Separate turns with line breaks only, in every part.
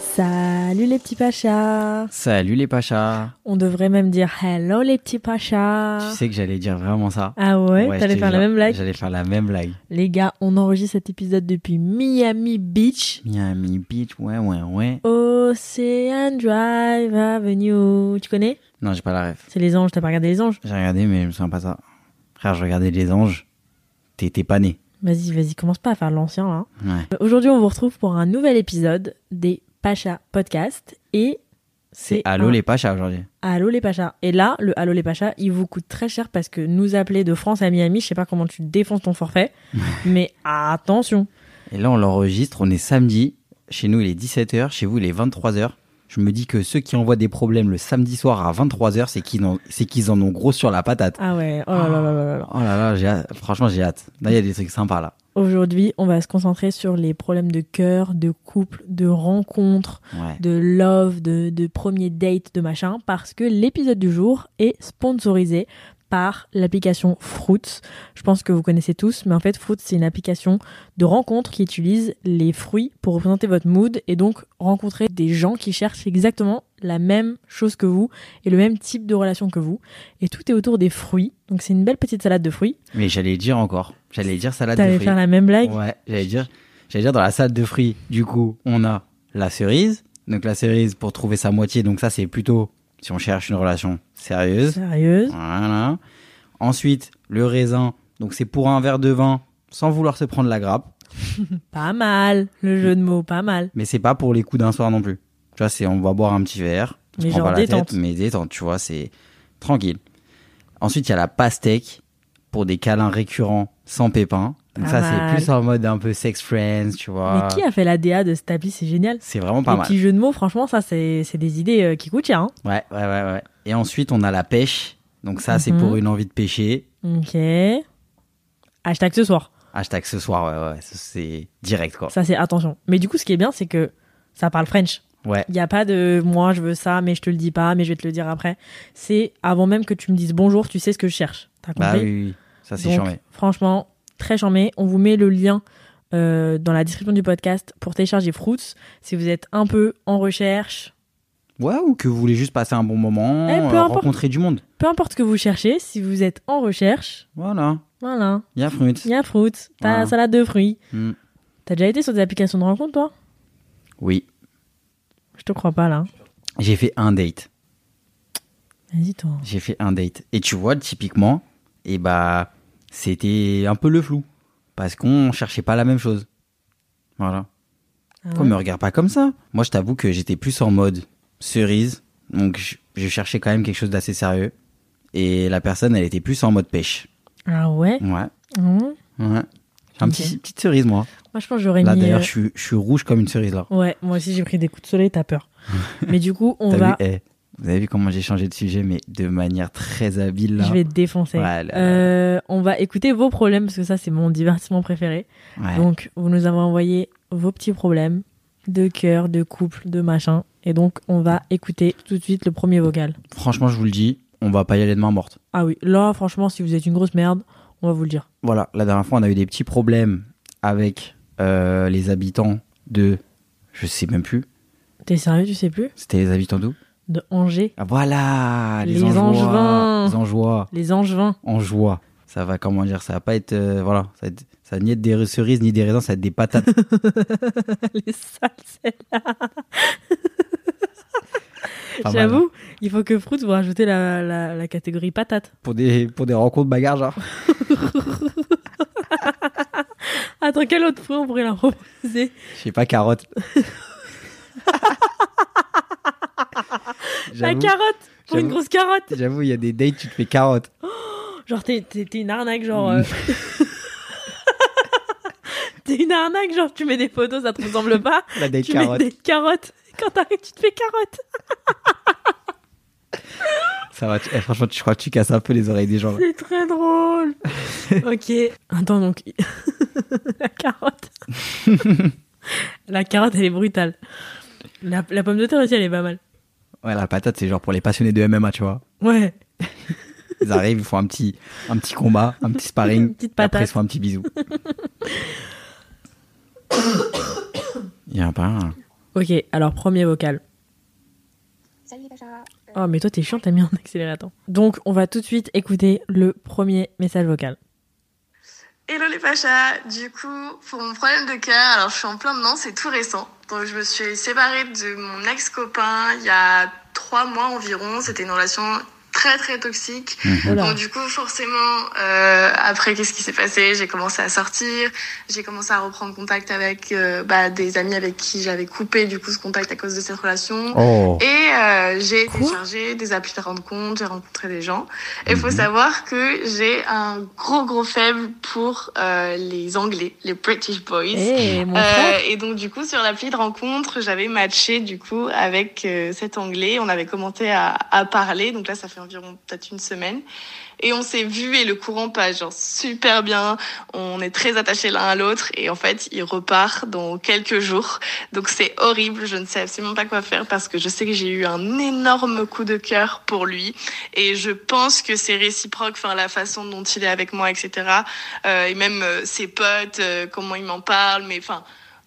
Salut les petits pachas
Salut les Pachas
On devrait même dire hello les petits pachas
Tu sais que j'allais dire vraiment ça.
Ah ouais,
je
T'allais
te
faire la
jure,
même blague
J'allais faire la même blague.
Les gars, on enregistre cet épisode depuis Miami Beach,
Miami Beach, ouais, ouais, ouais.
Ocean Drive Avenue. Tu connais
Non, j'ai pas la ref.
C'est les anges, t'as pas regardé les anges
J'ai regardé, mais je me souviens pas de ça. Frère, je regardais Les Anges. T'es- T'es pas né.
Vas-y, vas-y, commence pas à faire l'ancien là.
Ouais.
Euh, Aujourd'hui, on vous retrouve pour un nouvel épisode des Pachas Podcast et c'est
Allô
un
les Pachas aujourd'hui.
Allô les Pachas. Et là, le Allô les Pachas, il vous coûte très cher parce que nous appeler de France à Miami, je sais pas comment tu défonces ton forfait, mais attention.
Et là, on l'enregistre, on est samedi. Chez nous, il est 17h, chez vous, il est 23h. Je me dis que ceux qui envoient des problèmes le samedi soir à 23h, c'est qu'ils en- c'est qu'ils en ont gros sur la patate.
Ah ouais, oh là là là là là là.
Oh là là, j'ai hâte. franchement, j'ai hâte. Là, il y a des trucs sympas là.
Aujourd'hui, on va se concentrer sur les problèmes de cœur, de couple, de rencontre,
Ouais.
de love, de, de premier date, de machin, parce que l'épisode du jour est sponsorisé par l'application Fruits. Je pense que vous connaissez tous, mais en fait Fruits c'est une application de rencontre qui utilise les fruits pour représenter votre mood et donc rencontrer des gens qui cherchent exactement la même chose que vous et le même type de relation que vous. Et tout est autour des fruits, donc c'est une belle petite salade de fruits.
Mais j'allais dire encore. J'allais dire salade de
T'allais
fruits.
faire la même blague
Ouais, j'allais dire, j'allais dire dans la salade de fruits, du coup, on a la cerise. Donc la cerise pour trouver sa moitié, donc ça c'est plutôt si on cherche une relation sérieuse.
Sérieuse
Voilà. Ensuite, le raisin, donc c'est pour un verre de vin sans vouloir se prendre la grappe,
Pas mal, le jeu de mots, pas mal.
mais c'est pas pour les coups d'un soir non plus. Tu vois, c'est on va boire un petit verre, on
Mais
se prend
genre
pas la
détente.
tête, mais détente, tu vois, c'est tranquille. Ensuite, il y a la pastèque pour des câlins récurrents sans pépins. Donc
Pas
ça c'est
mal.
plus en mode un peu sex friends, tu vois.
Mais qui a fait la DA de cette appli C'est génial.
C'est vraiment pas
les
mal.
petits jeux de mots, franchement, ça, c'est c'est des idées euh, qui coûtent cher. hein.
Ouais, ouais, ouais, ouais. Et ensuite, on a la pêche. Donc ça, c'est
Mhm.
pour une envie de pêcher.
Ok. Hashtag ce soir.
Hashtag ce soir, ouais, ouais. ça, C'est direct, quoi.
Ça, c'est attention. Mais du coup, ce qui est bien, c'est que ça parle French.
Ouais.
Il n'y a pas de moi, je veux ça, mais je te le dis pas, mais je vais te le dire après. C'est avant même que tu me dises bonjour, tu sais ce que je cherche. T'as compris
Bah oui, oui, oui. Ça, c'est
Donc,
charmé.
Franchement, très charmé. On vous met le lien euh, dans la description du podcast pour télécharger Fruits si vous êtes un peu en recherche.
Ouais, ou que vous voulez juste passer un bon moment,
Eh, peu
euh,
importe.
rencontrer du monde.
Peu importe ce que vous cherchez, si vous êtes en recherche,
Voilà.
voilà,
Il y a fruit.
il y a Fruits, t'as la
Voilà.
salade de fruits.
Mm.
T'as déjà été sur des applications de rencontre, toi
Oui.
Je te crois pas là.
J'ai fait un date.
Vas-y toi.
J'ai fait un date. Et tu vois, typiquement, et bah, c'était un peu le flou. Parce qu'on cherchait pas la même chose. Voilà.
Ah
Pourquoi
ouais.
me regarde pas comme ça Moi, je t'avoue que j'étais plus en mode cerise, donc je, je cherchais quand même quelque chose d'assez sérieux. Et la personne, elle était plus en mode pêche.
Ah ouais
Ouais,
Mmh.
ouais. J'ai un
Ok.
petit, petite cerise, moi.
Moi je pense que j'aurais
Là,
mis.
d'ailleurs,
euh,
je, suis- je suis rouge comme une cerise, là.
Ouais, moi aussi j'ai pris des coups de soleil, t'as peur. Mais du coup, on
T'as
va.
vu Eh, Vous avez vu comment j'ai changé de sujet, mais de manière très habile, là.
Je vais te défoncer.
Ouais, là, là.
Euh, on va écouter vos problèmes parce que ça c'est mon divertissement préféré.
Ouais.
Donc vous nous avez envoyé vos petits problèmes de cœur, de couple, de machin. Et donc on va écouter tout de suite le premier vocal.
Franchement, je vous le dis, on va pas y aller de main morte.
Ah oui, là franchement si vous êtes une grosse merde, on va vous le dire.
Voilà, la dernière fois, on a eu des petits problèmes avec euh, les habitants de... Je sais même plus.
T'es sérieux, tu sais plus
C'était les habitants d'où
De Angers
Ah, Voilà, les,
Les
Angeois,
Angevins.
les Angeois,
Les Angevins.
Angeois. Ça va, comment dire, ça va pas être, euh, voilà, ça va, être- ça va ni être des cerises ni des raisins, ça va être des patates.
les sales,
Pas mal.
J'avoue, il faut que Fruits vous rajouter la, la, la catégorie patate.
Pour des, pour des rencontres bagarres, genre.
Attends, quel autre fruit on pourrait leur proposer
Je sais pas, carotte.
La
J'avoue,
carotte Pour une
j'avoue.
grosse carotte
J'avoue, il y a des dates, tu te fais carotte.
Genre, t'es, t'es- t'es une arnaque, genre. euh, t'es une arnaque, genre, tu mets des photos, ça te ressemble pas.
La date
tu
carotte.
mets des carottes. Quand t'arrives, tu te fais carotte.
Ça va, tu- eh, franchement, tu crois que tu casses un peu les oreilles des gens. ouais.
C'est très drôle. ok. Attends, donc. la carotte. la carotte, elle est brutale. La, la pomme de terre aussi, elle est pas mal.
Ouais, la patate, c'est genre pour les passionnés de MMA, tu vois.
Ouais.
Ils arrivent, ils font un petit, un petit combat, un petit sparring.
Une petite
et Après,
patate.
ils se font un petit bisou. Il y a un pain.
Ok, alors premier vocal.
Salut Baja. Euh,
Oh, mais toi, t'es chiant, t'as mis en accéléré. Attends. Donc, on va tout de suite écouter le premier message vocal.
Hello les Pachas, du coup, pour mon problème de cœur, alors je suis en plein dedans, c'est tout récent. Donc je me suis séparée de mon ex-copain il y a trois mois environ, c'était une relation très très toxique.
Oh là.
Donc du coup, forcément, euh, après qu'est-ce qui s'est passé J'ai commencé à sortir, j'ai commencé à reprendre contact avec euh, bah, des amis avec qui j'avais coupé du coup ce contact à cause de cette relation.
Oh.
Et euh, j'ai
Quoi
téléchargé des applis de rendre compte, j'ai rencontré des gens. Et il faut
Mhm.
savoir que j'ai un gros gros faible pour euh, les Anglais, les British Boys.
Eh, mon
Euh,
frère.
et donc du coup sur l'appli de rencontre j'avais matché du coup avec euh, cet anglais, on avait commenté à, à parler, donc là ça fait environ peut-être une semaine, et on s'est vu et le courant passe genre super bien, on est très attachés l'un à l'autre et en fait il repart dans quelques jours, donc c'est horrible, je ne sais absolument pas quoi faire parce que je sais que j'ai eu un énorme coup de cœur pour lui et je pense que c'est réciproque, enfin la façon dont il est avec moi etc. Euh, et même euh, ses potes, euh, comment il m'en parle, mais enfin,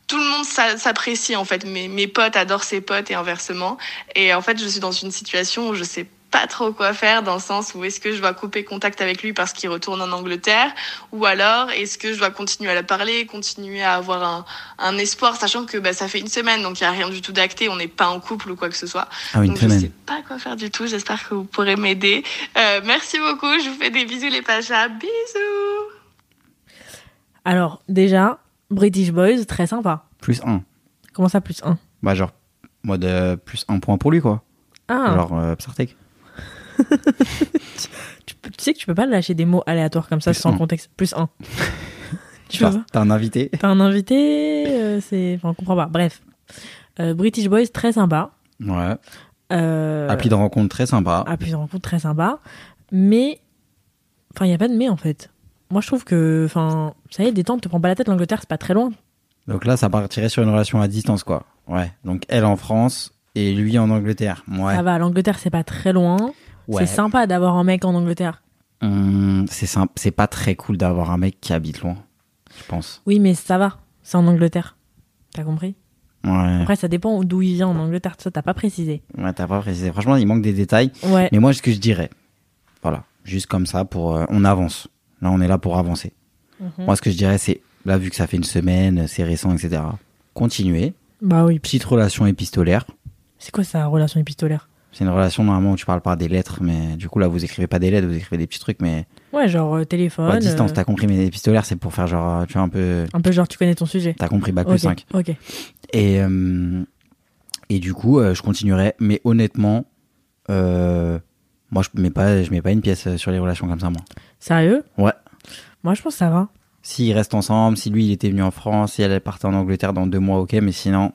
tout le monde s'a- s'apprécie en fait. Mes, mes potes adorent ses potes et inversement. Et en fait, je suis dans une situation où je sais pas trop quoi faire dans le sens où est-ce que je dois couper contact avec lui parce qu'il retourne en Angleterre ou alors est-ce que je dois continuer à la parler, continuer à avoir un, un espoir sachant que bah, ça fait une semaine donc il y a rien du tout d'acté, on n'est pas en couple ou quoi que ce soit.
Ah, une
Donc, je sais
semaine.
pas quoi faire du tout, j'espère que vous pourrez m'aider. Euh, merci beaucoup, je vous fais des bisous les Pachas, bisous
Alors, déjà, British Boys, très sympa.
Plus un.
Comment ça, plus 1
Bah, genre, mode euh, plus un point pour lui, quoi.
Ah,
Genre, euh, Psartek.
tu, peux- tu sais que tu peux pas lâcher des mots aléatoires comme ça
Plus
sans
un.
contexte. Plus 1. tu
Genre,
vois
T'as un invité.
T'as un invité, euh, c'est. Enfin, on comprend pas. Bref. Euh, British Boys, très sympa.
Ouais.
Euh, ah,
Appli de rencontre très sympa.
appli de rencontre, très sympa. Mais. Enfin, il n'y a pas de mais en fait. Moi, je trouve que. Enfin, ça y est, détente, te prends pas la tête, l'Angleterre, c'est pas très loin.
Donc là, ça partirait sur une relation à distance, quoi. Ouais. Donc elle en France et lui en Angleterre. Ouais.
Ça va, l'Angleterre, c'est pas très loin.
ouais.
Ah, C'est sympa d'avoir un mec en Angleterre.
Hum, c'est simple. C'est pas très cool d'avoir un mec qui habite loin, je pense.
Oui, mais ça va. C'est en Angleterre. T'as compris
Ouais.
Après, ça dépend d'où il vient en Angleterre. Ça, t'as pas précisé.
Ouais, t'as pas précisé. Franchement, il manque des détails.
Ouais.
Mais moi, ce que je dirais, voilà, juste comme ça, pour euh, on avance. Là, on est là pour avancer.
Mhm.
Moi, ce que je dirais, c'est là, vu que ça fait une semaine, euh, c'est récent, etc. Continuez.
Bah oui.
Petite relation épistolaire.
C'est quoi sa relation épistolaire
C'est une relation normalement où tu parles par des lettres, mais du coup là vous écrivez pas des lettres, vous écrivez des petits trucs, mais
Ouais, genre euh, téléphone.
à Bah, distance,
euh,
t'as compris, mais épistolaire c'est pour faire genre, euh, tu vois, un peu.
Un peu genre, tu connais ton sujet.
T'as compris, bac
Ok,
plus 5.
Ok.
Et, euh, et du coup, euh, je continuerai, mais honnêtement, euh, moi je mets, pas, je mets pas une pièce euh, sur les relations comme ça, moi.
Sérieux
Ouais.
Moi, je pense que ça va.
S'ils restent ensemble, si lui il était venu en France, si elle elle partait en Angleterre dans deux mois, ok, mais sinon,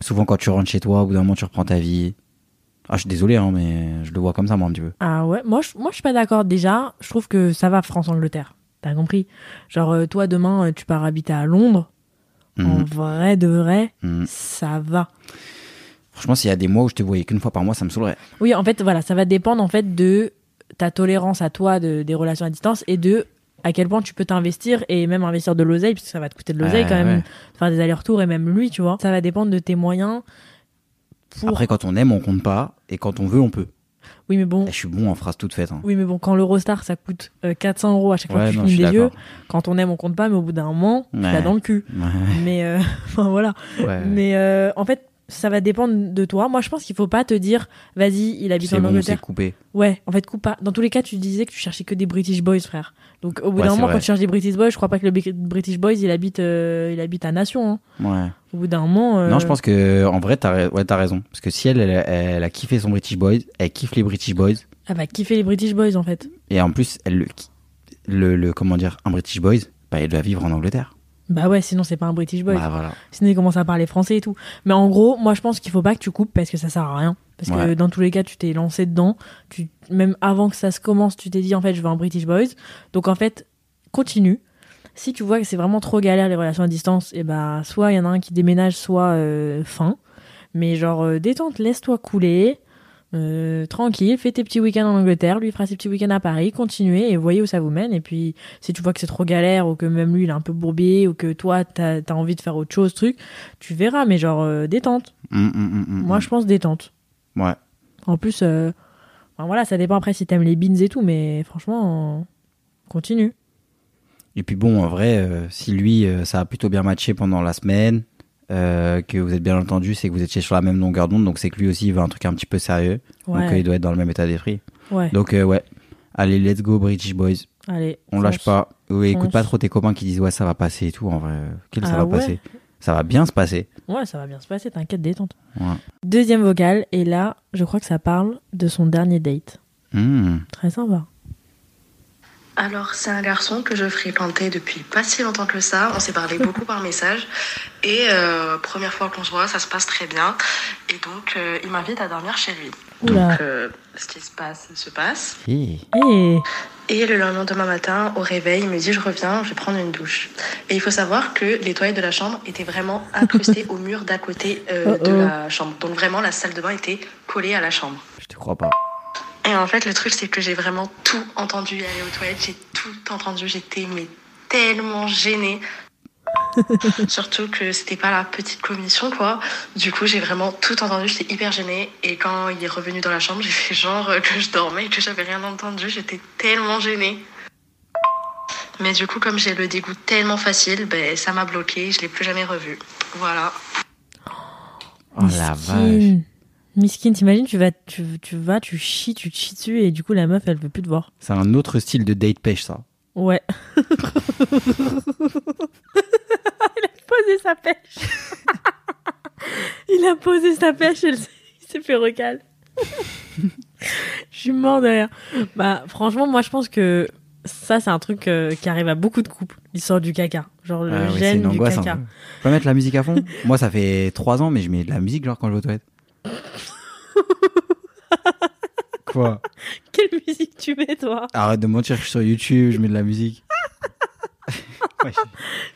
souvent quand tu rentres chez toi, au bout d'un moment tu reprends ta vie. Ah, je suis désolé, hein, mais je le vois comme ça, moi, un petit peu.
Ah ouais, moi je, moi, je suis pas d'accord. Déjà, je trouve que ça va France-Angleterre. T'as compris Genre, euh, toi, demain, euh, tu pars habiter à Londres. En
Mhm,
vrai de vrai,
mhm.
ça va.
Franchement, s'il y a des mois où je te voyais qu'une fois par mois, ça me saoulerait.
Oui, en fait, voilà, ça va dépendre en fait de ta tolérance à toi de, des relations à distance et de à quel point tu peux t'investir et même investir de l'oseille, puisque ça va te coûter de l'oseille
Ah,
quand même,
ouais.
de faire des allers-retours et même lui, tu vois. Ça va dépendre de tes moyens. Pour...
Après, quand on aime, on compte pas, et quand on veut, on peut.
oui, mais bon,
Eh, je suis bon en phrase toute faite. hein.
Oui, mais bon, quand l'Eurostar, ça coûte euh, 400 euros à chaque fois
Ouais,
que tu
non, je
finis
suis
des yeux,
d'accord.
quand on aime, on compte pas, mais au bout d'un moment, tu
Ouais.
l'as dans le cul.
Ouais,
Mais, euh, enfin, voilà.
ouais, ouais.
Mais euh, en fait, ça va dépendre de toi. Moi, je pense qu'il faut pas te dire, vas-y, il habite
C'est
en
bon, c'est
Angleterre.
coupé.
Ouais, en fait, coupe pas. Dans tous les cas, tu disais que tu cherchais que des British Boys, frère. Donc, au bout
Ouais,
d'un
c'est
moment,
vrai.
quand tu cherches des British Boys, je crois pas que le Bri- British Boys, il habite, euh, il habite à Nation. hein.
Ouais.
Au bout d'un moment. euh,
Non, je pense que en vrai, t'as ra- ouais, t'as raison. Parce que si elle, elle, elle a kiffé son British Boys, elle kiffe les British Boys,
Elle va kiffer les British Boys, en fait.
et en plus, elle le, ki- le, le- comment dire, un British Boys, bah, elle doit vivre en Angleterre.
Bah ouais, sinon, c'est pas un British Boy.
Bah voilà.
Sinon, il commence à parler français et tout. Mais en gros, moi, je pense qu'il faut pas que tu coupes parce que ça sert à rien. Parce que
Ouais.
dans tous les cas, tu t'es lancé dedans. Tu, même avant que ça se commence, tu t'es dit, en fait, je veux un British Boys. Donc, en fait, continue. Si tu vois que c'est vraiment trop galère les relations à distance, et bah, soit il y en a un qui déménage, soit euh, fin. Mais genre, euh, détente, laisse-toi couler. euh, tranquille, fais tes petits week-ends en Angleterre, lui fera ses petits week-ends à Paris, continuez et voyez où ça vous mène. Et puis, si tu vois que c'est trop galère ou que même lui il est un peu bourbier ou que toi t'as as envie de faire autre chose, truc, tu verras, mais genre euh, détente.
Hum, hum, hum, hum,
Moi, je pense détente.
hum. Ouais.
En plus, euh, enfin, voilà, ça dépend après si t'aimes les beans et tout, mais franchement, euh, continue.
Et puis bon, en vrai, euh, si lui, euh, ça a plutôt bien matché pendant la semaine, euh, que vous êtes bien entendu, c'est que vous étiez sur la même longueur d'onde, donc c'est que lui aussi il veut un truc un petit peu sérieux, donc euh,
Ouais,
il doit être dans le même état d'esprit.
ouais.
Donc euh, ouais, allez, let's go British Boys,
Allez,
on lâche
fonce.
pas. Ouais, écoute
Fonce.
pas trop tes copains qui disent ouais ça va passer et tout, en vrai, euh, quel ça
Ah
va
ouais.
passer Ça va bien se passer.
Ouais, ça va bien se passer, t'inquiète, détente.
Ouais.
Deuxième vocal, et là, je crois que ça parle de son dernier date.
Hmm.
Très sympa.
Alors, c'est un garçon que je fréquentais depuis pas si longtemps que ça. On s'est parlé beaucoup par message. Et euh, première fois qu'on se voit, ça se passe très bien. Et donc, euh, il m'invite à dormir chez lui.
Oula.
Donc, euh, ce qui se passe, se passe.
Hi.
Eh,
Et le lendemain matin, au réveil, il me dit Je reviens, je vais prendre une douche. Et il faut savoir que les toilettes de la chambre étaient vraiment incrustées au mur d'à côté euh,
Oh
de
oh.
la chambre. Donc, vraiment, la salle de bain était collée à la chambre.
Je te crois pas.
Et en fait, le truc, c'est que j'ai vraiment tout entendu aller aux toilettes. J'ai tout entendu. J'étais mais tellement gênée. Surtout que c'était pas la petite commission, quoi. Du coup, j'ai vraiment tout entendu. J'étais hyper gênée. Et quand il est revenu dans la chambre, j'ai fait genre euh, que je dormais et que j'avais rien entendu. J'étais tellement gênée. Mais du coup, comme j'ai le dégoût tellement facile, ben, ça m'a bloqué. Je l'ai plus jamais revu. Voilà.
Oh la vache.
Miskin. Miskin, t'imagines, tu vas, tu, tu vas, tu chies, tu te chies dessus et du coup la meuf elle veut plus te voir.
C'est un autre style de date pêche ça.
Ouais. il a posé sa pêche. il a posé sa pêche, elle s'est- il s'est fait recal. je suis mort derrière. Bah franchement, moi je pense que ça c'est un truc euh, qui arrive à beaucoup de couples. Ils sortent du caca, genre le
Ah ouais, c'est
gène
une
du
angoisse.
caca.
hein. Je peux mettre la musique à fond Moi ça fait trois ans mais je mets de la musique genre quand je vais aux toilettes. Quoi
Quelle musique tu mets toi
Arrête de mentir, je suis sur YouTube, je mets de la musique. Ouais,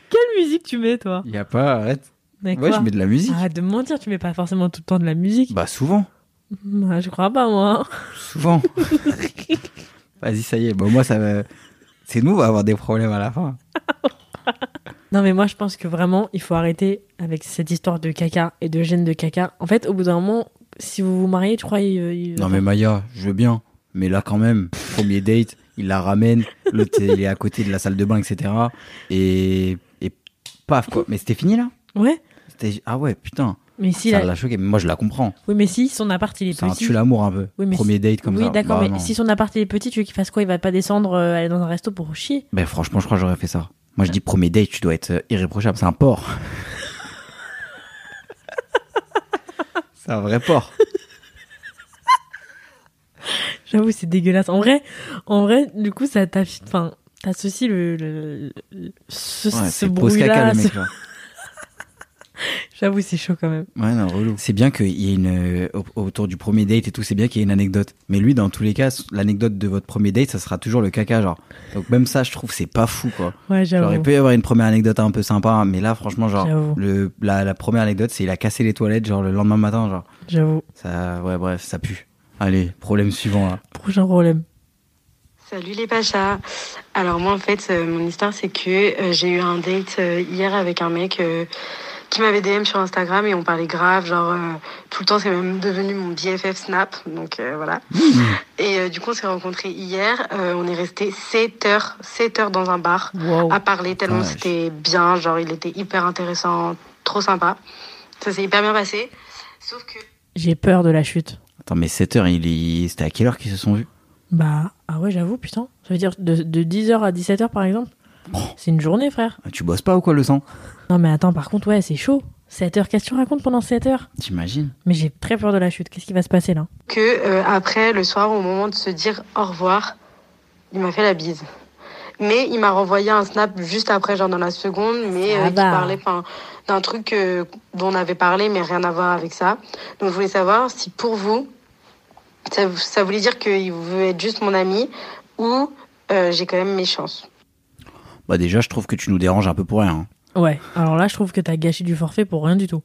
Quelle musique tu mets toi
Il y a pas, arrête.
Mais
Moi
quoi Ah.
je mets de la musique.
Arrête de me mentir, tu mets pas forcément tout le temps de la musique.
Bah souvent,
Bah, je crois pas, moi.
souvent. Vas-y, ça y est. Bon, moi ça va... C'est nous, on va avoir des problèmes à la fin.
Non, mais moi, je pense que vraiment, il faut arrêter avec cette histoire de caca et de gêne de caca. En fait, au bout d'un moment, si vous vous mariez, tu crois. il- il-
Non mais Maya, je veux bien. Mais là quand même, premier date, il la ramène, l'autre il est à côté de la salle de bain, etc. Et, et paf quoi. Mais c'était fini là
Ouais,
C'était- Ah ouais, putain.
mais si.
ça
la-
l'a choqué. Mais moi je la comprends.
Oui, mais si son appart, il est
C'est un
petit.
tue l'amour un peu.
Oui, mais
premier date comme
oui,
ça.
d'accord,
Bah,
mais
non.
si son appart il est petit, tu veux qu'il fasse quoi Il va pas descendre, euh, aller dans un resto pour chier.
Ben franchement, je crois que j'aurais fait ça. Moi, je dis premier date, tu dois être euh, irréprochable. C'est un porc. c'est un vrai porc.
J'avoue, c'est dégueulasse. En vrai, en vrai, du coup, ça t'affi- Enfin, t'associes le, le- le- ce,
Ouais,
ce
c'est pose caca
bruit-là.
le
ce-
mec. là.
J'avoue, c'est chaud quand même.
Ouais, non, relou. C'est bien qu'il y ait une euh, au- autour du premier date et tout. C'est bien qu'il y ait une anecdote. Mais lui, dans tous les cas, l'anecdote de votre premier date, ça sera toujours le caca, genre. Donc même ça, je trouve, c'est pas fou, quoi.
Ouais,
Genre,
j'avoue.
il peut y avoir une première anecdote un peu sympa, hein, mais là, franchement, genre,
J'avoue.
le, la, la première anecdote, c'est il a cassé les toilettes, genre le lendemain matin, genre.
J'avoue.
Ça, ouais, bref, ça pue. Allez, problème suivant hein. là.
Prochain problème.
Salut les Pachas. Alors moi en fait euh, mon histoire c'est que euh, j'ai eu un date euh, hier avec un mec euh, qui m'avait DM sur Instagram et on parlait grave genre euh, tout le temps c'est même devenu mon BFF Snap donc euh, voilà. Et euh, du coup on s'est rencontrés hier, euh, on est resté 7 heures 7 heures dans un bar
Wow.
Ah.
à parler tellement
Vache.
c'était bien, genre il était hyper intéressant, trop sympa. Ça s'est hyper bien passé.
Sauf que
J'ai peur de la chute.
Attends, mais 7h, il, il- c'était à quelle heure qu'ils se sont vus
Bah, ah ouais, j'avoue, putain. Ça veut dire de, de 10h à 17h par exemple
Oh.
C'est une journée, frère.
Ah, Tu bosses pas ou quoi, le sang
Non, mais attends, par contre, ouais, c'est chaud. 7h, qu'est-ce que tu racontes pendant 7h
T'imagines
Mais j'ai très peur de la chute. Qu'est-ce qui va se passer là
que euh, après le soir au moment de se dire au revoir, il m'a fait la bise. Mais il m'a renvoyé un snap juste après, genre dans la seconde, mais
Eh
Ça
Ah
euh, qui
bah.
va.
parlait 'fin, d'un truc euh, dont on avait parlé, mais rien à voir avec ça. Donc je voulais savoir si pour vous, ça, ça voulait dire qu'il veut être juste mon ami ou euh, j'ai quand même mes chances.
Bah, déjà, je trouve que tu nous déranges un peu pour rien. hein.
Ouais, alors là, je trouve que t'as gâché du forfait pour rien du tout.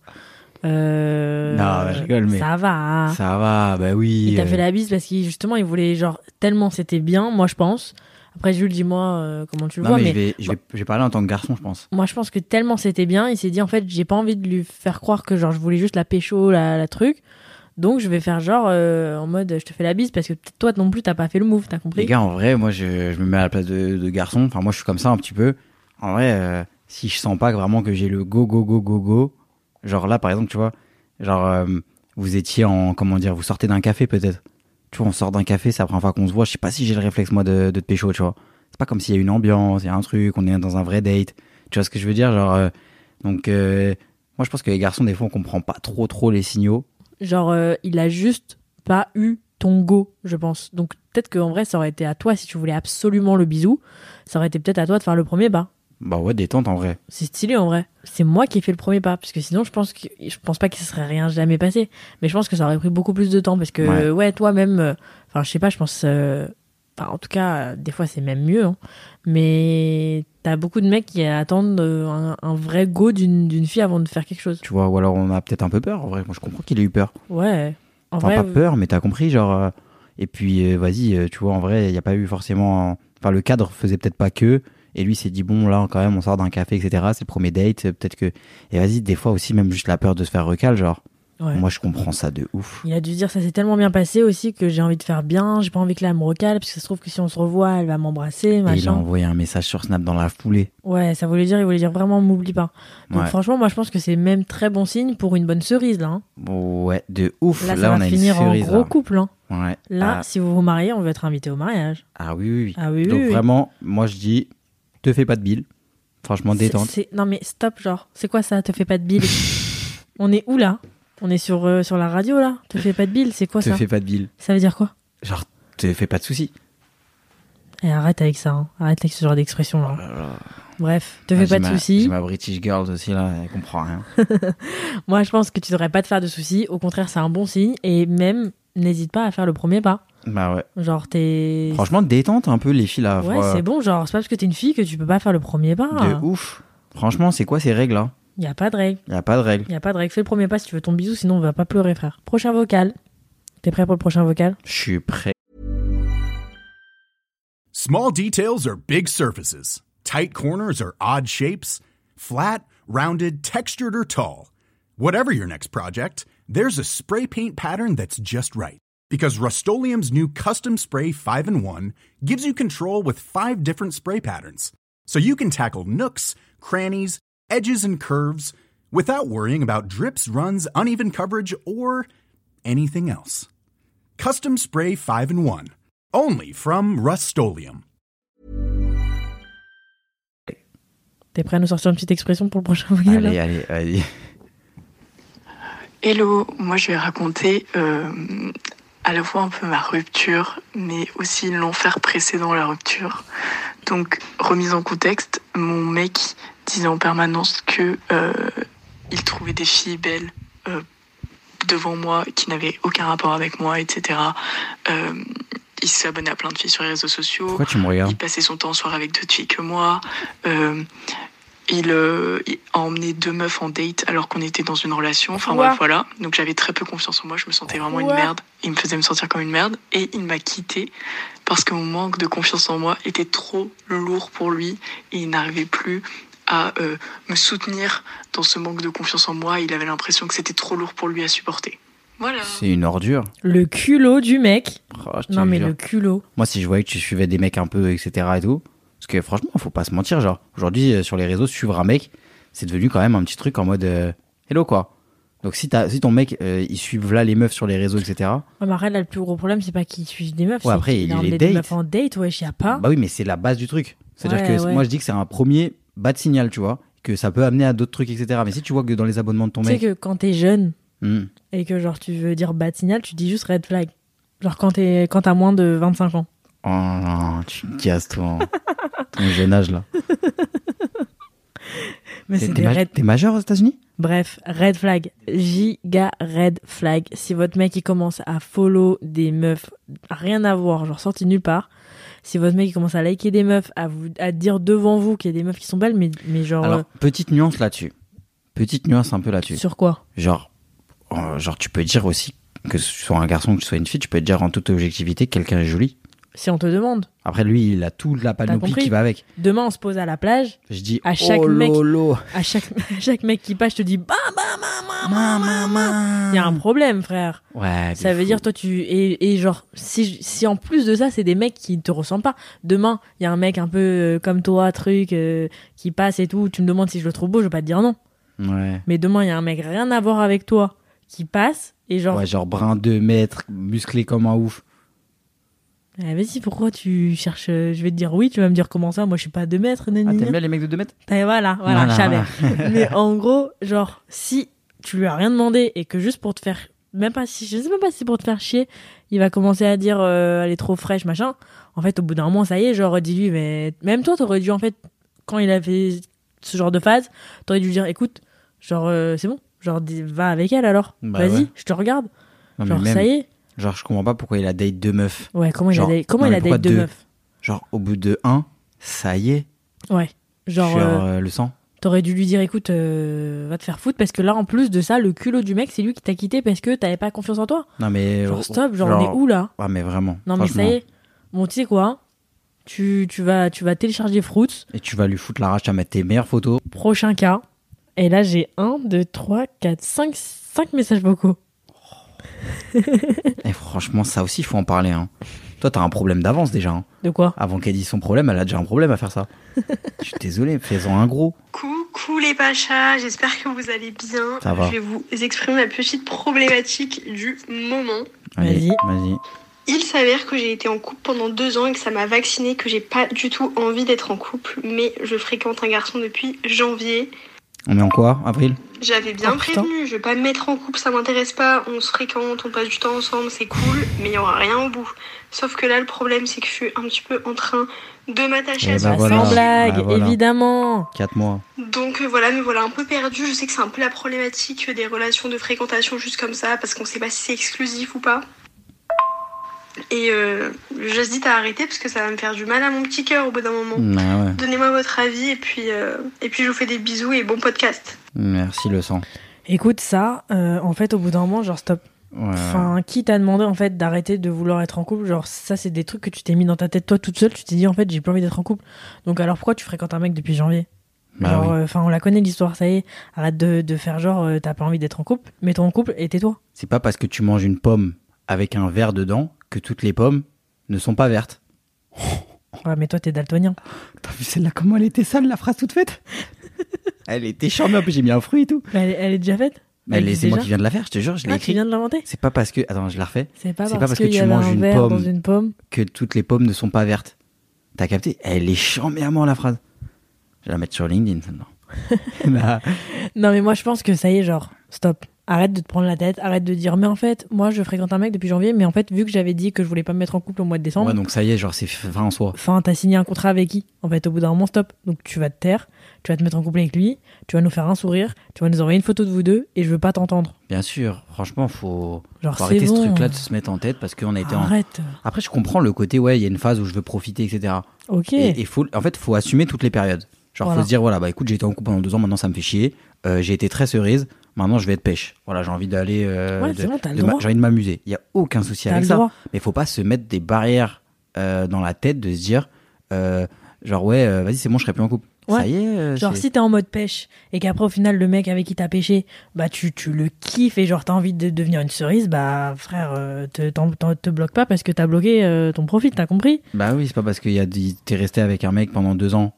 Euh...
Non, bah, je rigole, mais-
Ça va.
Ça va, bah oui.
Il t'a fait
euh,
la bise parce qu'il justement, il voulait, genre, tellement c'était bien, moi je pense. Après, Jules, dis-moi euh, comment tu le
Non,
vois,
mais,
mais, bah
je, vais, je, vais, je vais parler en tant que garçon, je pense.
moi je pense que tellement c'était bien, il s'est dit en fait, j'ai pas envie de lui faire croire que, genre, je voulais juste la pécho, la, la truc. Donc, je vais faire genre euh, en mode je te fais la bise parce que peut-être toi non plus t'as pas fait le move, t'as compris
Les gars, en vrai, moi, je, je me mets à la place de, de garçon. Enfin, moi, je suis comme ça un petit peu. En vrai, euh, si je sens pas que vraiment que j'ai le go, go, go, go, go, genre là, par exemple, tu vois, genre, euh, vous étiez en, comment dire, vous sortez d'un café peut-être. Tu vois, on sort d'un café, c'est la première fois qu'on se voit. Je sais pas si j'ai le réflexe, moi, de, de te pécho, tu vois. C'est pas comme s'il y a une ambiance, il y a un truc, on est dans un vrai date. Tu vois ce que je veux dire Genre, euh, donc, euh, moi, je pense que les garçons, des fois, on comprend pas trop, trop les signaux.
Genre, euh, il a juste pas eu ton go, je pense. Donc, peut-être qu'en vrai, ça aurait été à toi si tu voulais absolument le bisou. Ça aurait été peut-être à toi de faire le premier pas.
Bah ouais, détente, en vrai.
C'est stylé en vrai. C'est moi qui ai fait le premier pas, parce que sinon, je pense que je pense pas que ça serait rien jamais passé. Mais je pense que ça aurait pris beaucoup plus de temps, parce que
Ouais.
ouais, toi-même, euh, enfin, je sais pas, je pense. euh, enfin, en tout cas, euh, des fois, c'est même mieux. hein. Mais t'as beaucoup de mecs qui attendent euh, un, un vrai go d'une d'une fille avant de faire quelque chose.
Tu vois, ou alors on a peut-être un peu peur, en vrai. Moi, je comprends qu'il ait eu peur.
Ouais. En
Enfin,
vrai,
pas peur, mais t'as compris, genre. euh, et puis, euh, vas-y, euh, tu vois, en vrai, il n'y a pas eu forcément. Enfin, le cadre faisait peut-être pas que. Et lui s'est dit, bon, là, quand même, on sort d'un café, etc. C'est le premier date, euh, peut-être que. Et vas-y, des fois aussi, même juste la peur de se faire recal, genre.
ouais.
Moi, je comprends ça de ouf.
Il a dû se dire ça s'est tellement bien passé aussi que j'ai envie de faire bien, j'ai pas envie que là elle me recale parce que ça se trouve que si on se revoit, elle va m'embrasser,
Et il a
machin.
envoyé un message sur Snap dans la foulée.
Ouais, ça voulait dire, il voulait dire vraiment m'oublie pas. Donc
Ouais.
franchement, moi je pense que c'est même très bon signe pour une bonne cerise là. hein.
Ouais, de ouf.
Là,
Là,
ça
on
va
a une
finir en
cerise.
gros
là.
couple. Hein.
Ouais.
Là,
Ah,
si vous vous mariez, on veut être invité au mariage.
ah oui, oui, oui.
Ah oui,
Donc,
oui, oui.
vraiment, moi, je dis, te fais pas de bill. Franchement,
C'est-
détente.
c'est- Non mais stop, genre, c'est quoi ça Te fais pas de bile On est où là On est sur, euh, sur la radio là Te fais pas de bile, c'est quoi
Te
ça
fais pas de bill.
Ça veut dire quoi
Genre, te fais pas de soucis.
Et arrête avec ça, hein. arrête avec ce genre d'expression là. Bref, te
Ah,
fais
j'ai
pas de
ma-
soucis.
J'ai ma British Girls aussi, là, elle comprend rien.
Moi, je pense que tu devrais pas te faire de soucis. Au contraire, c'est un bon signe. Et même, n'hésite pas à faire le premier pas.
bah ouais.
Genre, t'es.
Franchement, détente un peu les filles, là.
Ouais,
Faut, euh,
c'est bon. hein. Genre, c'est pas parce que t'es une fille que tu peux pas faire le premier pas.
De ouf. Franchement, c'est quoi ces règles, là
Il Y a pas de règle.
Y a pas de règles.
Y a pas de règle. Fais le premier pas si tu veux ton bisou, sinon on va pas pleurer, frère. Prochain vocal. T'es prêt pour le prochain vocal
Je suis prêt.
Small details are big surfaces. Tight corners are odd shapes. Flat, rounded, textured, or tall. Whatever your next project, there's a spray paint pattern that's just right. Because Rust new Custom Spray 5 in 1 gives you control with five different spray patterns. So you can tackle nooks, crannies, edges, and curves without worrying about drips, runs, uneven coverage, or anything else. Custom Spray 5 in 1. Only from Rust-Oleum.
T'es prêt à nous sortir une petite expression pour le prochain vocal
Allez, hein.
là
allez, allez.
Hello, moi je vais raconter euh, à la fois un peu ma rupture, mais aussi l'enfer précédent la rupture. Donc remise en contexte, mon mec disait en permanence que euh, il trouvait des filles belles euh, devant moi qui n'avaient aucun rapport avec moi, etc. Euh, il s'abonnait à plein de filles sur les réseaux sociaux.
Pourquoi tu me regardes
Il passait son temps en soirée avec d'autres filles que moi. Euh, il, euh, il a emmené deux meufs en date alors qu'on était dans une relation. Enfin
Quoi
bref, voilà. Donc j'avais très peu confiance en moi. Je me sentais vraiment
Quoi
une merde. Il me faisait me sentir comme une merde. Et il m'a quittée parce que mon manque de confiance en moi était trop lourd pour lui. Et il n'arrivait plus à euh, me soutenir dans ce manque de confiance en moi. Il avait l'impression que c'était trop lourd pour lui à supporter. Voilà.
C'est une ordure.
Le culot du mec.
Oh, je te
Non, mais
jure.
le culot.
Moi, si je voyais que tu suivais des mecs un peu, etc. et tout. Parce que franchement, faut pas se mentir. Genre, aujourd'hui, euh, sur les réseaux, suivre un mec, c'est devenu quand même un petit truc en mode euh, hello, quoi. Donc si, t'as- si ton mec, euh, il suit là les meufs sur les réseaux, etc.
Ouais, mais après, là, le plus gros problème, c'est pas qu'il suit des meufs.
Ouais,
c'est
après,
qu'il
il
emmène
les
des
date.
meufs en date, ouais, y a pas.
Bah oui, mais c'est la base du truc. C'est-à-dire
Ouais,
que
ouais.
moi, je dis que c'est un premier bas de signal, tu vois, que ça peut amener à d'autres trucs, etc. Mais si tu vois que dans les abonnements de ton
tu sais
mec,
que quand t'es jeune
hmm,
et que genre tu veux dire bad signal, tu dis juste red flag. Genre quand t'es- quand t'as moins de 25 ans.
oh non, tu me casses ton, ton jeune âge là.
Mais
T'es
c'est
t'es
des
ma-
red
t'es majeur aux États-Unis
Bref, red flag, giga red flag. Si votre mec il commence à follow des meufs, rien à voir, genre sorti nulle part. Si votre mec il commence à liker des meufs, à vous à dire devant vous qu'il y a des meufs qui sont belles, mais mais genre
Alors, petite nuance là-dessus. Petite nuance un peu
euh,
là-dessus.
sur quoi
Genre, euh, genre, tu peux dire aussi que ce soit un garçon, que ce soit une fille, tu peux dire en toute objectivité que quelqu'un est joli.
Si on te demande.
Après, lui, il a tout la panoplie
compris.
qui va avec.
Demain on se pose à la plage,
Je dis,
À chaque
oh
mec-
lolo,
à chaque à chaque mec qui passe, je te dis bah bah bah bah
ma, ma, ma.
Il y a un problème, frère.
Ouais,
Ça
de
veut
fou.
dire toi tu et, et genre si si en plus de ça c'est des mecs qui te ressemblent pas. Demain il y a un mec un peu euh, comme toi truc euh, qui passe et tout. Tu me demandes si je le trouve beau, je vais pas te dire non.
Ouais.
Mais demain il y a un mec rien à voir avec toi qui passe et genre
Ouais, genre brun 2 mètres, musclé comme un ouf.
Ah, vas-y pourquoi tu cherches euh, Je vais te dire oui, tu vas me dire comment ça Moi je suis pas deux mètres.
Ah,
nanani.
t'aimes bien les mecs de 2 mètres
Et voilà voilà,
Voilà,
je savais. Mais en gros genre si tu lui as rien demandé et que juste pour te faire même pas si je sais même pas si c'est pour te faire chier il va commencer à dire euh, elle est trop fraîche machin en fait au bout d'un moment ça y est genre dis-lui mais même toi t'aurais dû en fait quand il avait ce genre de phase t'aurais dû lui dire écoute genre euh, c'est bon genre dis- va avec elle alors
Bah
vas-y
ouais.
je te regarde
Non, mais
genre
même-
ça y est
Genre, je comprends pas pourquoi il a date deux meufs.
ouais comment
Genre,
il a date- comment
non,
il
mais
a
pourquoi
date deux
deux
meufs
Genre, au bout de 1, ça y est,
ouais genre
sur
euh,
euh, le sang.
T'aurais dû lui dire, écoute, euh, va te faire foutre, parce que là, en plus de ça, le culot du mec, c'est lui qui t'a quitté parce que t'avais pas confiance en toi.
Non, mais.
Genre, stop, genre, on est où là
Ah, mais vraiment.
Non, mais ça y est. Bon, tu sais quoi tu, tu, vas, tu vas télécharger Fruits,
Et tu vas lui foutre la rage, tu vas mettre tes meilleures photos.
prochain cas. Et là, j'ai 1, 2, 3, 4, 5, 5 messages vocaux.
Et franchement, ça aussi, il faut en parler. Hein. Toi, t'as un problème d'avance déjà. hein.
De quoi
Avant qu'elle dise son problème, elle a déjà un problème à faire ça. je suis désolé, fais-en un gros.
Coucou les Pachas, j'espère que vous allez bien.
Ça va.
Je vais vous exprimer ma petite problématique du moment.
Allez,
Vas-y.
vas-y.
Il s'avère que j'ai été en couple pendant deux ans et que ça m'a vacciné, que j'ai pas du tout envie d'être en couple, mais je fréquente un garçon depuis janvier.
On est en quoi Avril
J'avais bien
Oh, putain.
prévenu, je vais pas me mettre en couple, ça m'intéresse pas, on se fréquente, on passe du temps ensemble, c'est cool, mais il y aura rien au bout. Sauf que là, le problème, c'est que je suis un petit peu en train de m'attacher
Eh ben
à ce
Bah voilà.
Sans blague,
Bah voilà.
évidemment
4 mois.
donc euh, voilà, me voilà un peu perdue. Je sais que c'est un peu la problématique des relations de fréquentation juste comme ça, parce qu'on sait pas si c'est exclusif ou pas. Et euh, j'hésite à arrêter parce que ça va me faire du mal à mon petit cœur au bout d'un moment.
Ah ouais.
Donnez-moi votre avis et puis, euh, et puis je vous fais des bisous et bon podcast.
Merci le sang.
Écoute, ça, euh, en fait, au bout d'un moment, genre, stop.
Ouais.
Enfin, qui t'a demandé en fait d'arrêter de vouloir être en couple Genre ça, c'est des trucs que tu t'es mis dans ta tête toi toute seule. Tu t'es dit en fait j'ai plus envie d'être en couple. Donc alors pourquoi tu fréquentes un mec depuis janvier
Bah
Genre,
oui.
euh, enfin, on la connaît l'histoire. Ça y est, arrête de, de faire genre euh, t'as pas envie d'être en couple. Mets-toi en couple et tais-toi.
C'est pas parce que tu manges une pomme avec un verre dedans que toutes les pommes ne sont pas vertes.
Ouais, mais toi t'es daltonien.
T'as vu celle-là comment elle était sale la phrase toute faite Elle était charmée, en plus j'ai mis un fruit et tout.
Mais Elle, elle est déjà faite.
Mais
Elle
c'est
existe
moi
déjà
qui viens de la faire, je te jure, je l'ai
Ah, tu
écrit.
viens de l'inventer.
C'est pas parce que attends, je la refais
C'est pas,
C'est pas
parce
parce que
qu'il y
tu
avait
manges
un
une
verre
pomme.
dans une pomme.
que toutes les pommes ne sont pas vertes. T'as capté Elle est charmée à mort la phrase. Je vais la mettre sur LinkedIn celle-là. Là.
Non, mais moi, je pense que ça y est, genre, stop. Arrête de te prendre la tête, arrête de dire, mais en fait, moi, je fréquente un mec depuis janvier, mais en fait, vu que j'avais dit que je voulais pas me mettre en couple au mois de décembre,
Ouais, donc ça y est, genre c'est fin en soi.
enfin, t'as signé un contrat avec qui En fait, au bout d'un moment, stop. Donc, tu vas te taire, tu vas te mettre en couple avec lui, tu vas nous faire un sourire, tu vas nous envoyer une photo de vous deux, et je veux pas t'entendre.
Bien sûr, franchement, faut,
Genre,
faut
c'est
arrêter
bon.
ce truc-là de se mettre en tête parce qu'on a été en.
Arrête.
Après, je comprends le côté, ouais, il y a une phase où je veux profiter, etc.
Ok.
Et, et faut, en fait, faut assumer toutes les périodes. Genre,
Voilà.
faut se dire, voilà, bah écoute, j'ai été en couple pendant deux ans, maintenant ça me fait chier. Euh, j'ai été très cerise, maintenant je vais être pêche. Voilà, j'ai envie d'aller. euh,
Ouais,
de-
c'est bon, t'as le
de ma-
droit.
J'ai envie de m'amuser. Il y a aucun souci
T'as
avec
le
ça.
droit.
Mais faut pas se mettre des barrières euh, dans la tête de se dire, euh, genre, ouais, euh, vas-y, c'est bon, je serai plus en couple.
Ouais.
Ça y est. euh,
Genre,
c'est-
si t'es en mode pêche, et qu'après, au final, le mec avec qui t'as pêché, bah, tu, tu le kiffes, et genre, t'as envie de devenir une cerise, bah, frère, euh, te, t'en- t'en- te bloque pas parce que t'as bloqué euh, ton profil, t'as compris
Bah oui, c'est pas parce que y a des- t'es resté avec un mec pendant deux ans,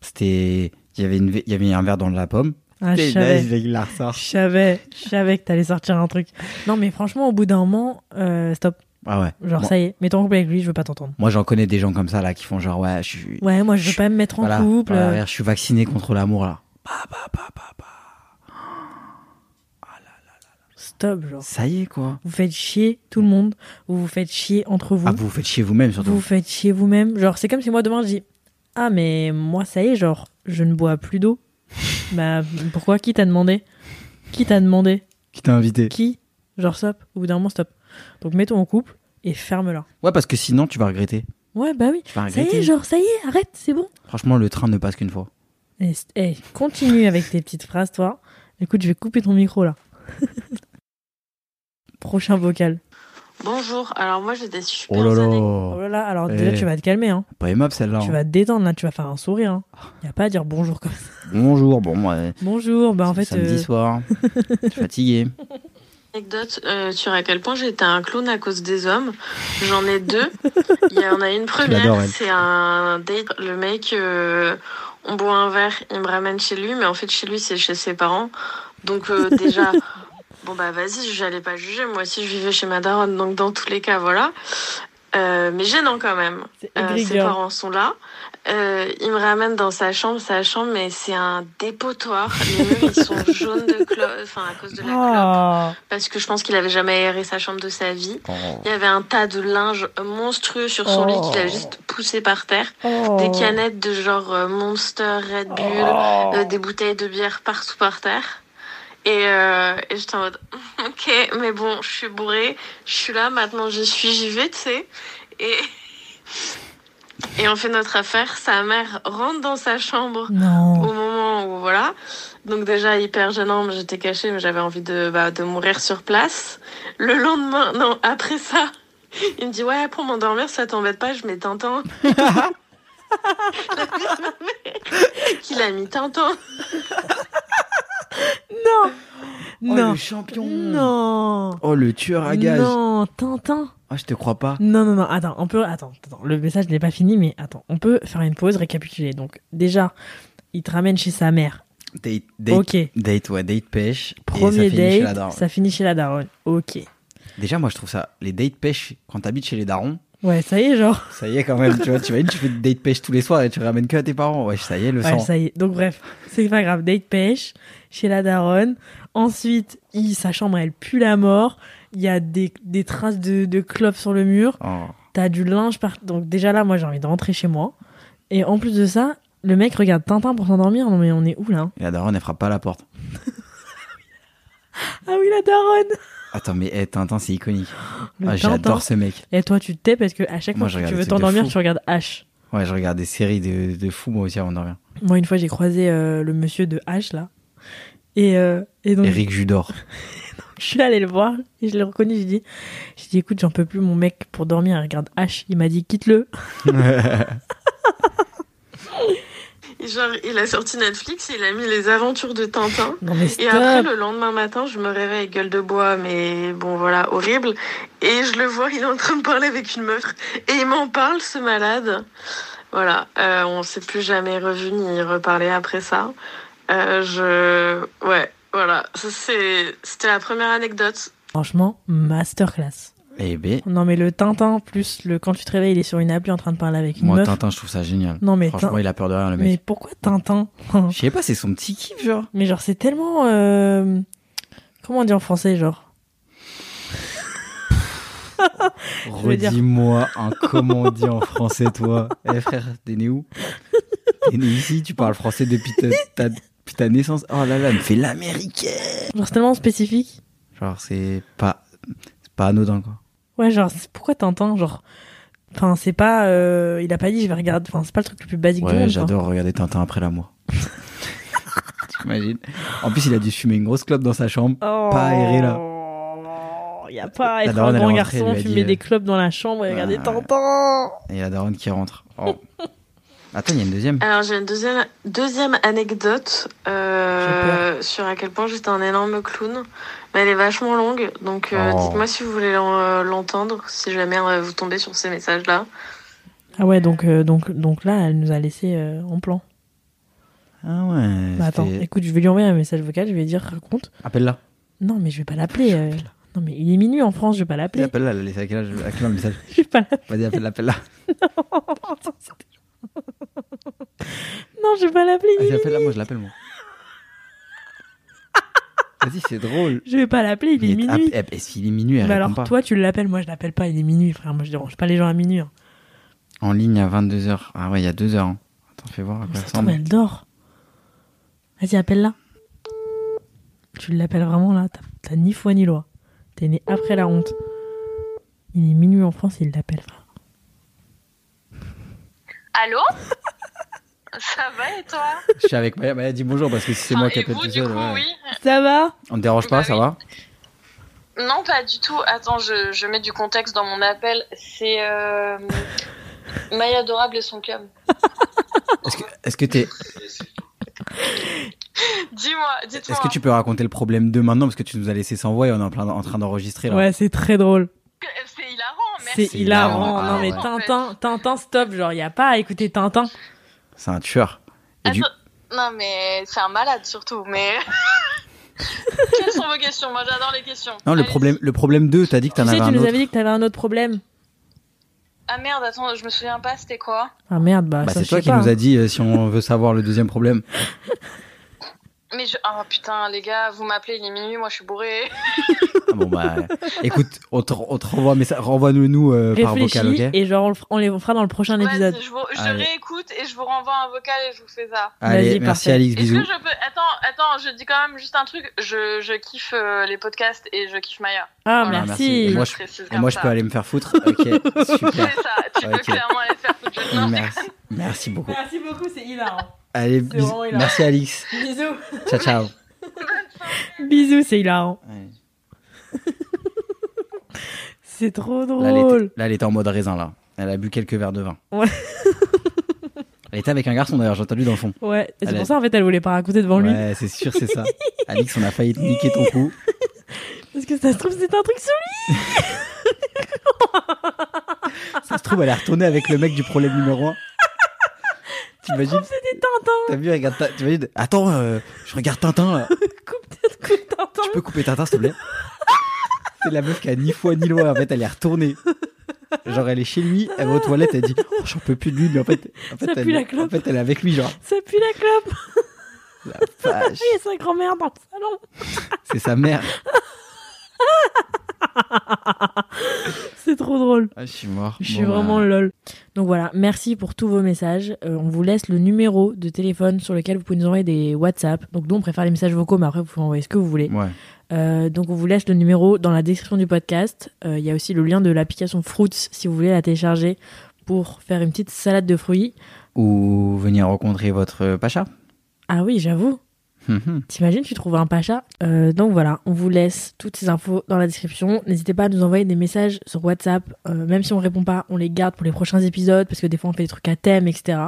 c'était, il y avait une, ve- il y avait un verre dans la pomme,
Ah, je
T'es
savais.
naze, il la ressort.
Je savais, je savais que t'allais sortir un truc. Non, mais franchement, au bout d'un moment, euh, stop.
Ah ouais.
Genre,
Moi-
ça y est, mets-toi en couple avec lui, je veux pas t'entendre.
Moi, j'en connais des gens comme ça, là, qui font genre, ouais, je suis.
Ouais, moi, je veux
Chut,
pas me mettre en
voilà,
couple.
voilà,
euh,
regarde, je suis vacciné contre l'amour, là.
Stop, genre.
Ça y est, quoi.
Vous faites chier tout le monde, vous vous faites chier entre vous,
Ah, vous vous faites chier vous-même, surtout.
vous vous faites chier vous-même. Genre, c'est comme si moi, demain, je dis Ah, mais moi, ça y est, genre, je ne bois plus d'eau. bah, pourquoi Qui t'a demandé Qui t'a demandé
Qui t'a invité
Qui Genre, stop. Au bout d'un moment, stop. Donc, mets-toi en couple et ferme-la.
Ouais, parce que sinon, tu vas regretter.
Ouais, bah oui.
Tu vas
Ça y
regretter.
est, genre, ça y est, arrête, c'est bon.
Franchement, le train ne passe qu'une fois.
Eh, eh, continue avec tes petites phrases, toi. Écoute, je vais couper ton micro là. Prochain vocal.
Bonjour, alors moi j'ai des super
Oh là
anecdotes.
Oh
là.
là là, alors déjà,
Eh.
tu vas te calmer, hein.
Pas aimable, celle-là.
Tu
hein.
vas te détendre là, tu vas faire un sourire. Hein. Y a pas à dire bonjour comme ça.
Bonjour, bon, ouais.
Bonjour, bah en fait.
Samedi
euh,
soir. je suis fatigué.
Anecdote euh, sur à quel point j'étais un clown à cause des hommes. J'en ai deux. Il y en a une
l'adores,
première,
elle.
c'est un date. Le mec, euh, on boit un verre, il me ramène chez lui, mais en fait chez lui c'est chez ses parents. Donc euh, déjà, bon bah vas-y, j'allais pas juger. Moi aussi je vivais chez ma daronne, donc dans tous les cas voilà. Euh, mais gênant quand même.
c'est
Euh,
aigri,
ses
girl.
parents sont là. Euh, il me ramène dans sa chambre. Sa chambre, mais c'est un dépotoir. Les murs, ils sont jaunes de clo- enfin, à cause de la
Oh.
clope.
Ah,
Parce que je pense qu'il avait jamais aéré sa chambre de sa vie.
Oh.
Il y avait un tas de linge monstrueux sur son lit qu'il a juste poussé par terre.
oh.
Des canettes de genre euh, Monster, Red Bull,
Oh.
euh, des bouteilles de bière partout par terre. Et, euh, et j'étais en mode, ok, mais bon, je suis bourrée, je suis là, maintenant j'y suis, j'y vais, tu sais. Et, et on fait notre affaire, sa mère rentre dans sa chambre
Non.
Oh,
au moment où voilà. Donc déjà hyper gênant, mais j'étais cachée, mais j'avais envie de, bah, de mourir sur place. Le lendemain, non, après ça, il me dit ouais pour m'endormir, ça t'embête pas, je mets Tintin. Qu'il a mis Tintin.
Non.
Oh,
non.
le champion.
Non.
Oh, le tueur à gage.
Non, Tintin.
Ah, je te crois pas.
Non, non, non, attends, on peut. Attends, attends, le message n'est pas fini, mais attends, on peut faire une pause, récapituler. Donc, déjà, il te ramène chez sa mère.
Date, date,
Ok.
date, ouais, date pêche.
Premier
et ça finit chez la
date,
daronne.
ça finit chez la daronne. Ok.
Déjà, moi, je trouve ça, les dates pêche, quand t'habites chez les darons,
Ouais, ça y est, genre.
ça y est quand même, tu vois, tu imagines, tu fais des dates pêche tous les soirs et tu ramènes que à tes parents. Ouais, ça y est, le
Ouais,
sang.
ça y est. Donc, bref, c'est pas grave. Date pêche chez la daronne. Ensuite, il, sa chambre, elle pue la mort. Il y a des, des traces de, de clopes sur le mur.
Oh.
T'as du linge par. Donc, déjà là, moi, j'ai envie de rentrer chez moi. Et en plus de ça, le mec regarde Tintin pour s'endormir. Non, mais on est où là hein
Et la daronne, elle frappe pas à la porte.
Ah oui, la daronne
Attends, mais eh, Tintin, c'est iconique.
Le
Ah,
Tintin.
J'adore ce mec.
Et toi, tu te tais parce que à chaque
Moi,
fois
je
que
regarde
tu veux
des trucs de
t'endormir,
fou.
tu regardes H.
Ouais, je regarde des séries de, de fous, moi aussi, avant de dormir.
Moi, une fois, j'ai croisé euh, le monsieur de H là. Et, euh, et donc,
Eric Judor.
je suis allée le voir et je l'ai reconnu. J'ai dit, j'ai dit, écoute, j'en peux plus, mon mec, pour dormir, il regarde H. Il m'a dit, quitte-le.
Et Genre, il a sorti Netflix, il a mis les aventures de Tintin.
Non, mais
Et après,
stop.
le lendemain matin, je me réveille gueule de bois, mais bon, voilà, horrible. Et je le vois, il est en train de parler avec une meuf. Et il m'en parle, ce malade. Voilà, euh, on s'est plus jamais revu ni reparlé après ça. Euh, je. Ouais, voilà. Ça, c'est- C'était la première anecdote.
Franchement, masterclass.
Eh ben,
Non, mais le Tintin, plus le quand tu te réveilles, il est sur une appli en train de parler avec une
moi,
meuf.
Tintin, je trouve ça génial.
Non, mais,
Franchement,
Tin-
il a peur de rien, le
mais
mec.
pourquoi Tintin
Je sais pas, c'est son petit kiff, genre.
Mais genre, c'est tellement. euh, Comment on dit en français, genre Je veux dire-
Redis-moi un comment on dit en français, toi. Eh frère, t'es né où T'es né ici, tu parles français depuis ta, ta- depuis ta naissance. Oh là là, elle me fait l'américaine.
Genre, c'est tellement spécifique.
Genre, c'est pas, c'est pas anodin, quoi.
Ouais, genre, c'est- pourquoi Tintin Genre. Enfin, c'est pas. euh, Il a pas dit, je vais regarder. Enfin, c'est pas le truc le plus basique du
Ouais,
monde. quoi.
j'adore regarder Tintin après l'amour. T'imagines En plus, il a dû fumer une grosse clope dans sa chambre.
Oh.
Pas aéré, là.
Y a pas à
La
être
daronne,
un
elle
grand
est rentrée, elle
garçon,
lui a
fumer
dit, euh,
des clopes dans la chambre et regarder
ouais.
Tintin.
Et la daronne qui rentre. Oh. Attends, il y a une deuxième.
Alors, j'ai une deuxième, deuxième anecdote euh, sur à quel point j'étais un énorme clown. Mais elle est vachement longue, donc euh,
Oh.
dites-moi si vous voulez l'en- euh, l'entendre, si jamais euh, vous tombez sur ces messages-là.
Ah ouais, donc, euh, donc, donc là, elle nous a laissé euh, en plan.
Ah ouais.
Bah attends,
c'était-
écoute, je vais lui envoyer un message vocal, je vais lui dire raconte.
Appelle-la.
Non, mais je vais pas l'appeler. euh, Non, mais il est minuit en France, je vais pas l'appeler.
Appelle-la, elle a laissé à quel âge À quel message
Je vais pas l'appeler.
Vas-y, appelle-la, appelle-la.
Non, je vais pas l'appeler. il est
Vas-y, appelle-la,
minuit.
moi je l'appelle, moi. Vas-y, c'est drôle.
Je vais pas l'appeler, il est
est
minuit.
app- eh, S'il est minuit, elle
Mais
répond
alors,
pas.
toi, tu l'appelles, moi je l'appelle pas, il est minuit, frère. Moi je dérange pas les gens à minuit. hein.
En ligne à 22h. Ah ouais, il y a 2h. hein. Attends, fais voir à quoi
Ça
ça
se trouve,
ressemble.
elle dort. Vas-y, appelle-la. Tu l'appelles vraiment là, t'as- t'as ni foi ni loi. T'es né après la honte. Il est minuit en France, il l'appelle, frère.
Allô Ça va et toi Ah,
Je suis avec Maya, Maya dit bonjour parce que si c'est moi qui
Et
appelle
vous,
tout
du
seul,
coup,
ouais.
oui
Ça va
on te dérange pas,
Bah
ça
oui.
va
Non, pas du tout. Attends, je, je mets du contexte dans mon appel. C'est euh, Maya Adorable et son cum.
Est-ce que, est-ce que, t'es-
Dis-moi, dites-moi.
est-ce que tu peux raconter le problème de maintenant parce que tu nous as laissé sans voix et on est en, plein, en train d'enregistrer là
Ouais, c'est très drôle.
C'est hilarant, merci.
C'est hilarant.
hilarant.
Non,
Ah,
mais
ouais.
Tintin, Tintin, stop. Genre, y a pas à écouter Tintin.
C'est un tueur. Et du-
Non, mais c'est un malade surtout, mais... Quelles sont vos questions Moi, j'adore les questions.
Non, le
Allez.
problème, le problème 2, t'as dit que t'en
Tu sais,
avais
tu
un
nous
autre.
avais dit que t'avais un autre problème.
Ah merde, attends, je me souviens pas, c'était quoi
Ah merde, bah,
Bah,
ça,
c'est
je
toi
sais
qui
pas.
nous as dit euh, si on veut savoir le deuxième problème.
Mais je... Oh putain, les gars, vous m'appelez, il est minuit, moi je suis bourré.
Ah bon, bah, écoute, on te, on te renvoie, mais ça, renvoie-nous nous, euh, par
Réfléchis
vocal, ok
et genre on le, f- on les fera dans le prochain épisode.
Vas-y, je, vous... je
Allez.
réécoute et je vous renvoie un vocal et je vous fais ça.
Allez,
Vas-y,
merci
parfait.
Alix,
Est-ce
bisous.
que je peux... Attends, attends, je dis quand même juste un truc. Je, je kiffe euh, les podcasts et je kiffe Maya.
Ah,
Voilà,
merci.
merci. Moi,
le
je-
précise
Et
comme
moi, je
ça.
peux aller me faire foutre. Ok, super.
C'est ça, tu
Ok.
peux clairement aller faire foutre. Non, c'est-
Merci, merci beaucoup.
Merci beaucoup, c'est hilarant.
Allez,
C'est
bisous.
vraiment hilarant.
merci Alix.
Bisous.
Ciao, ciao.
Bisous, c'est hilarant. C'est trop
Là, elle était,
drôle.
là, elle était en mode raisin, là. Elle a bu quelques verres de vin.
Ouais.
Elle était avec un garçon, d'ailleurs, j'ai entendu dans le fond.
Ouais, et c'est
Elle
pour
est-
ça en fait elle voulait pas raconter devant lui.
Ouais, c'est sûr, c'est ça. Alix, on a failli te niquer ton coup.
Parce que ça se trouve c'est un truc sur
Ça se trouve, elle est retournée avec le mec du problème numéro 1. T'imagines
lui, c'était Tintin.
T'as vu, regarde, t'as- t'imagines Attends, euh, je regarde Tintin, là. Tu
Coupe tête, coupe Tintin.
peux couper Tintin, s'il te plaît C'est la meuf qui a ni foi ni loi, en fait, elle est retournée. Genre, elle est chez lui, elle va aux toilettes, elle dit Oh, j'en peux plus de lui, mais en fait, en fait,
Ça pue
elle,
la
en
clope.
fait, elle est avec lui, genre.
Ça pue la clope.
La vache,
Il y a sa grand-mère dans le salon.
c'est sa mère.
C'est trop drôle.
Ah, je suis mort.
Je
Bon,
suis
bah,
vraiment lol. Donc voilà, merci pour tous vos messages. Euh, on vous laisse le numéro de téléphone sur lequel vous pouvez nous envoyer des WhatsApp. Donc nous on préfère les messages vocaux, mais après vous pouvez envoyer ce que vous voulez.
Ouais.
Euh, donc on vous laisse le numéro dans la description du podcast. Euh, Il y a aussi le lien de l'application Fruits si vous voulez la télécharger pour faire une petite salade de fruits.
Ou venir rencontrer votre euh, pacha.
Ah oui, j'avoue.
Hum, hum.
T'imagines, tu trouves un pacha. Euh, donc voilà, on vous laisse toutes ces infos dans la description. N'hésitez pas à nous envoyer des messages sur WhatsApp. Euh, même si on répond pas, on les garde pour les prochains épisodes parce que des fois on fait des trucs à thème, etc.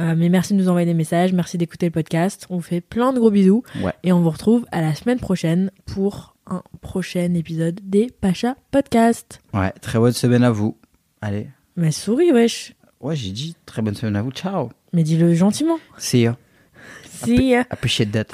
Euh, mais merci de nous envoyer des messages, merci d'écouter le podcast. On vous fait plein de gros bisous
Ouais.
et on vous retrouve à la semaine prochaine pour un prochain épisode des Pacha Podcast.
Ouais, très bonne semaine à vous. Allez.
Mais souris, wesh.
Ouais, j'ai dit très bonne semaine à vous. Ciao.
Mais dis-le gentiment.
See ya.
Si, euh,
Appreciate that.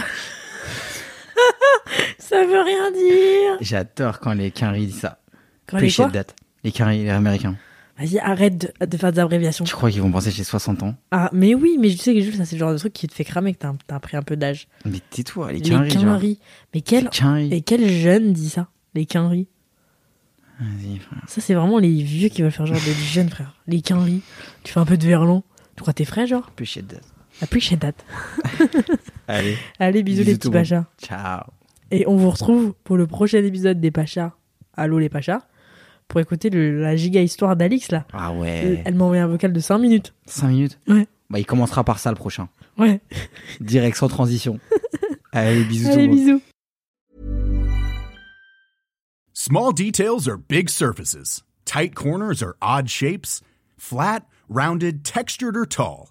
ça veut rien dire.
J'adore quand les quinries disent ça.
Quand les quoi
Appreciate that. Les quinries, les américains.
Vas-y, arrête de, de faire des abréviations.
Tu crois qu'ils vont penser que j'ai 60 ans
Ah, mais oui, mais je sais que Jules, ça c'est le genre de truc qui te fait cramer que t'as, t'as pris un peu d'âge.
Mais tais-toi, les
Les
quinries. genre.
quinries. Mais quel,
Les quinries.
mais quel jeune dit ça Les quinries.
Vas-y, frère.
Ça, c'est vraiment les vieux qui veulent faire genre des jeunes, frère. Les quinries. Tu fais un peu de verlan. Tu crois que t'es frais, genre
Appreciate that.
Appreciate that.
Allez.
Allez, bisous,
Bisous
les
tout
petits
le monde.
pachas.
Ciao.
Et on vous retrouve pour le prochain épisode des pachas. Allô, les pachas. Pour écouter le- la giga histoire d'Alix, là.
Ah ouais.
Euh, Elle m'a envoyé un vocal de 5 minutes.
5 minutes
Ouais.
Bah, il commencera par ça le prochain.
Ouais.
Direct sans transition. Allez, bisous tout
Allez,
le monde.
bisous.
Small details are big surfaces. Tight corners are odd shapes. Flat, rounded, textured, or tall.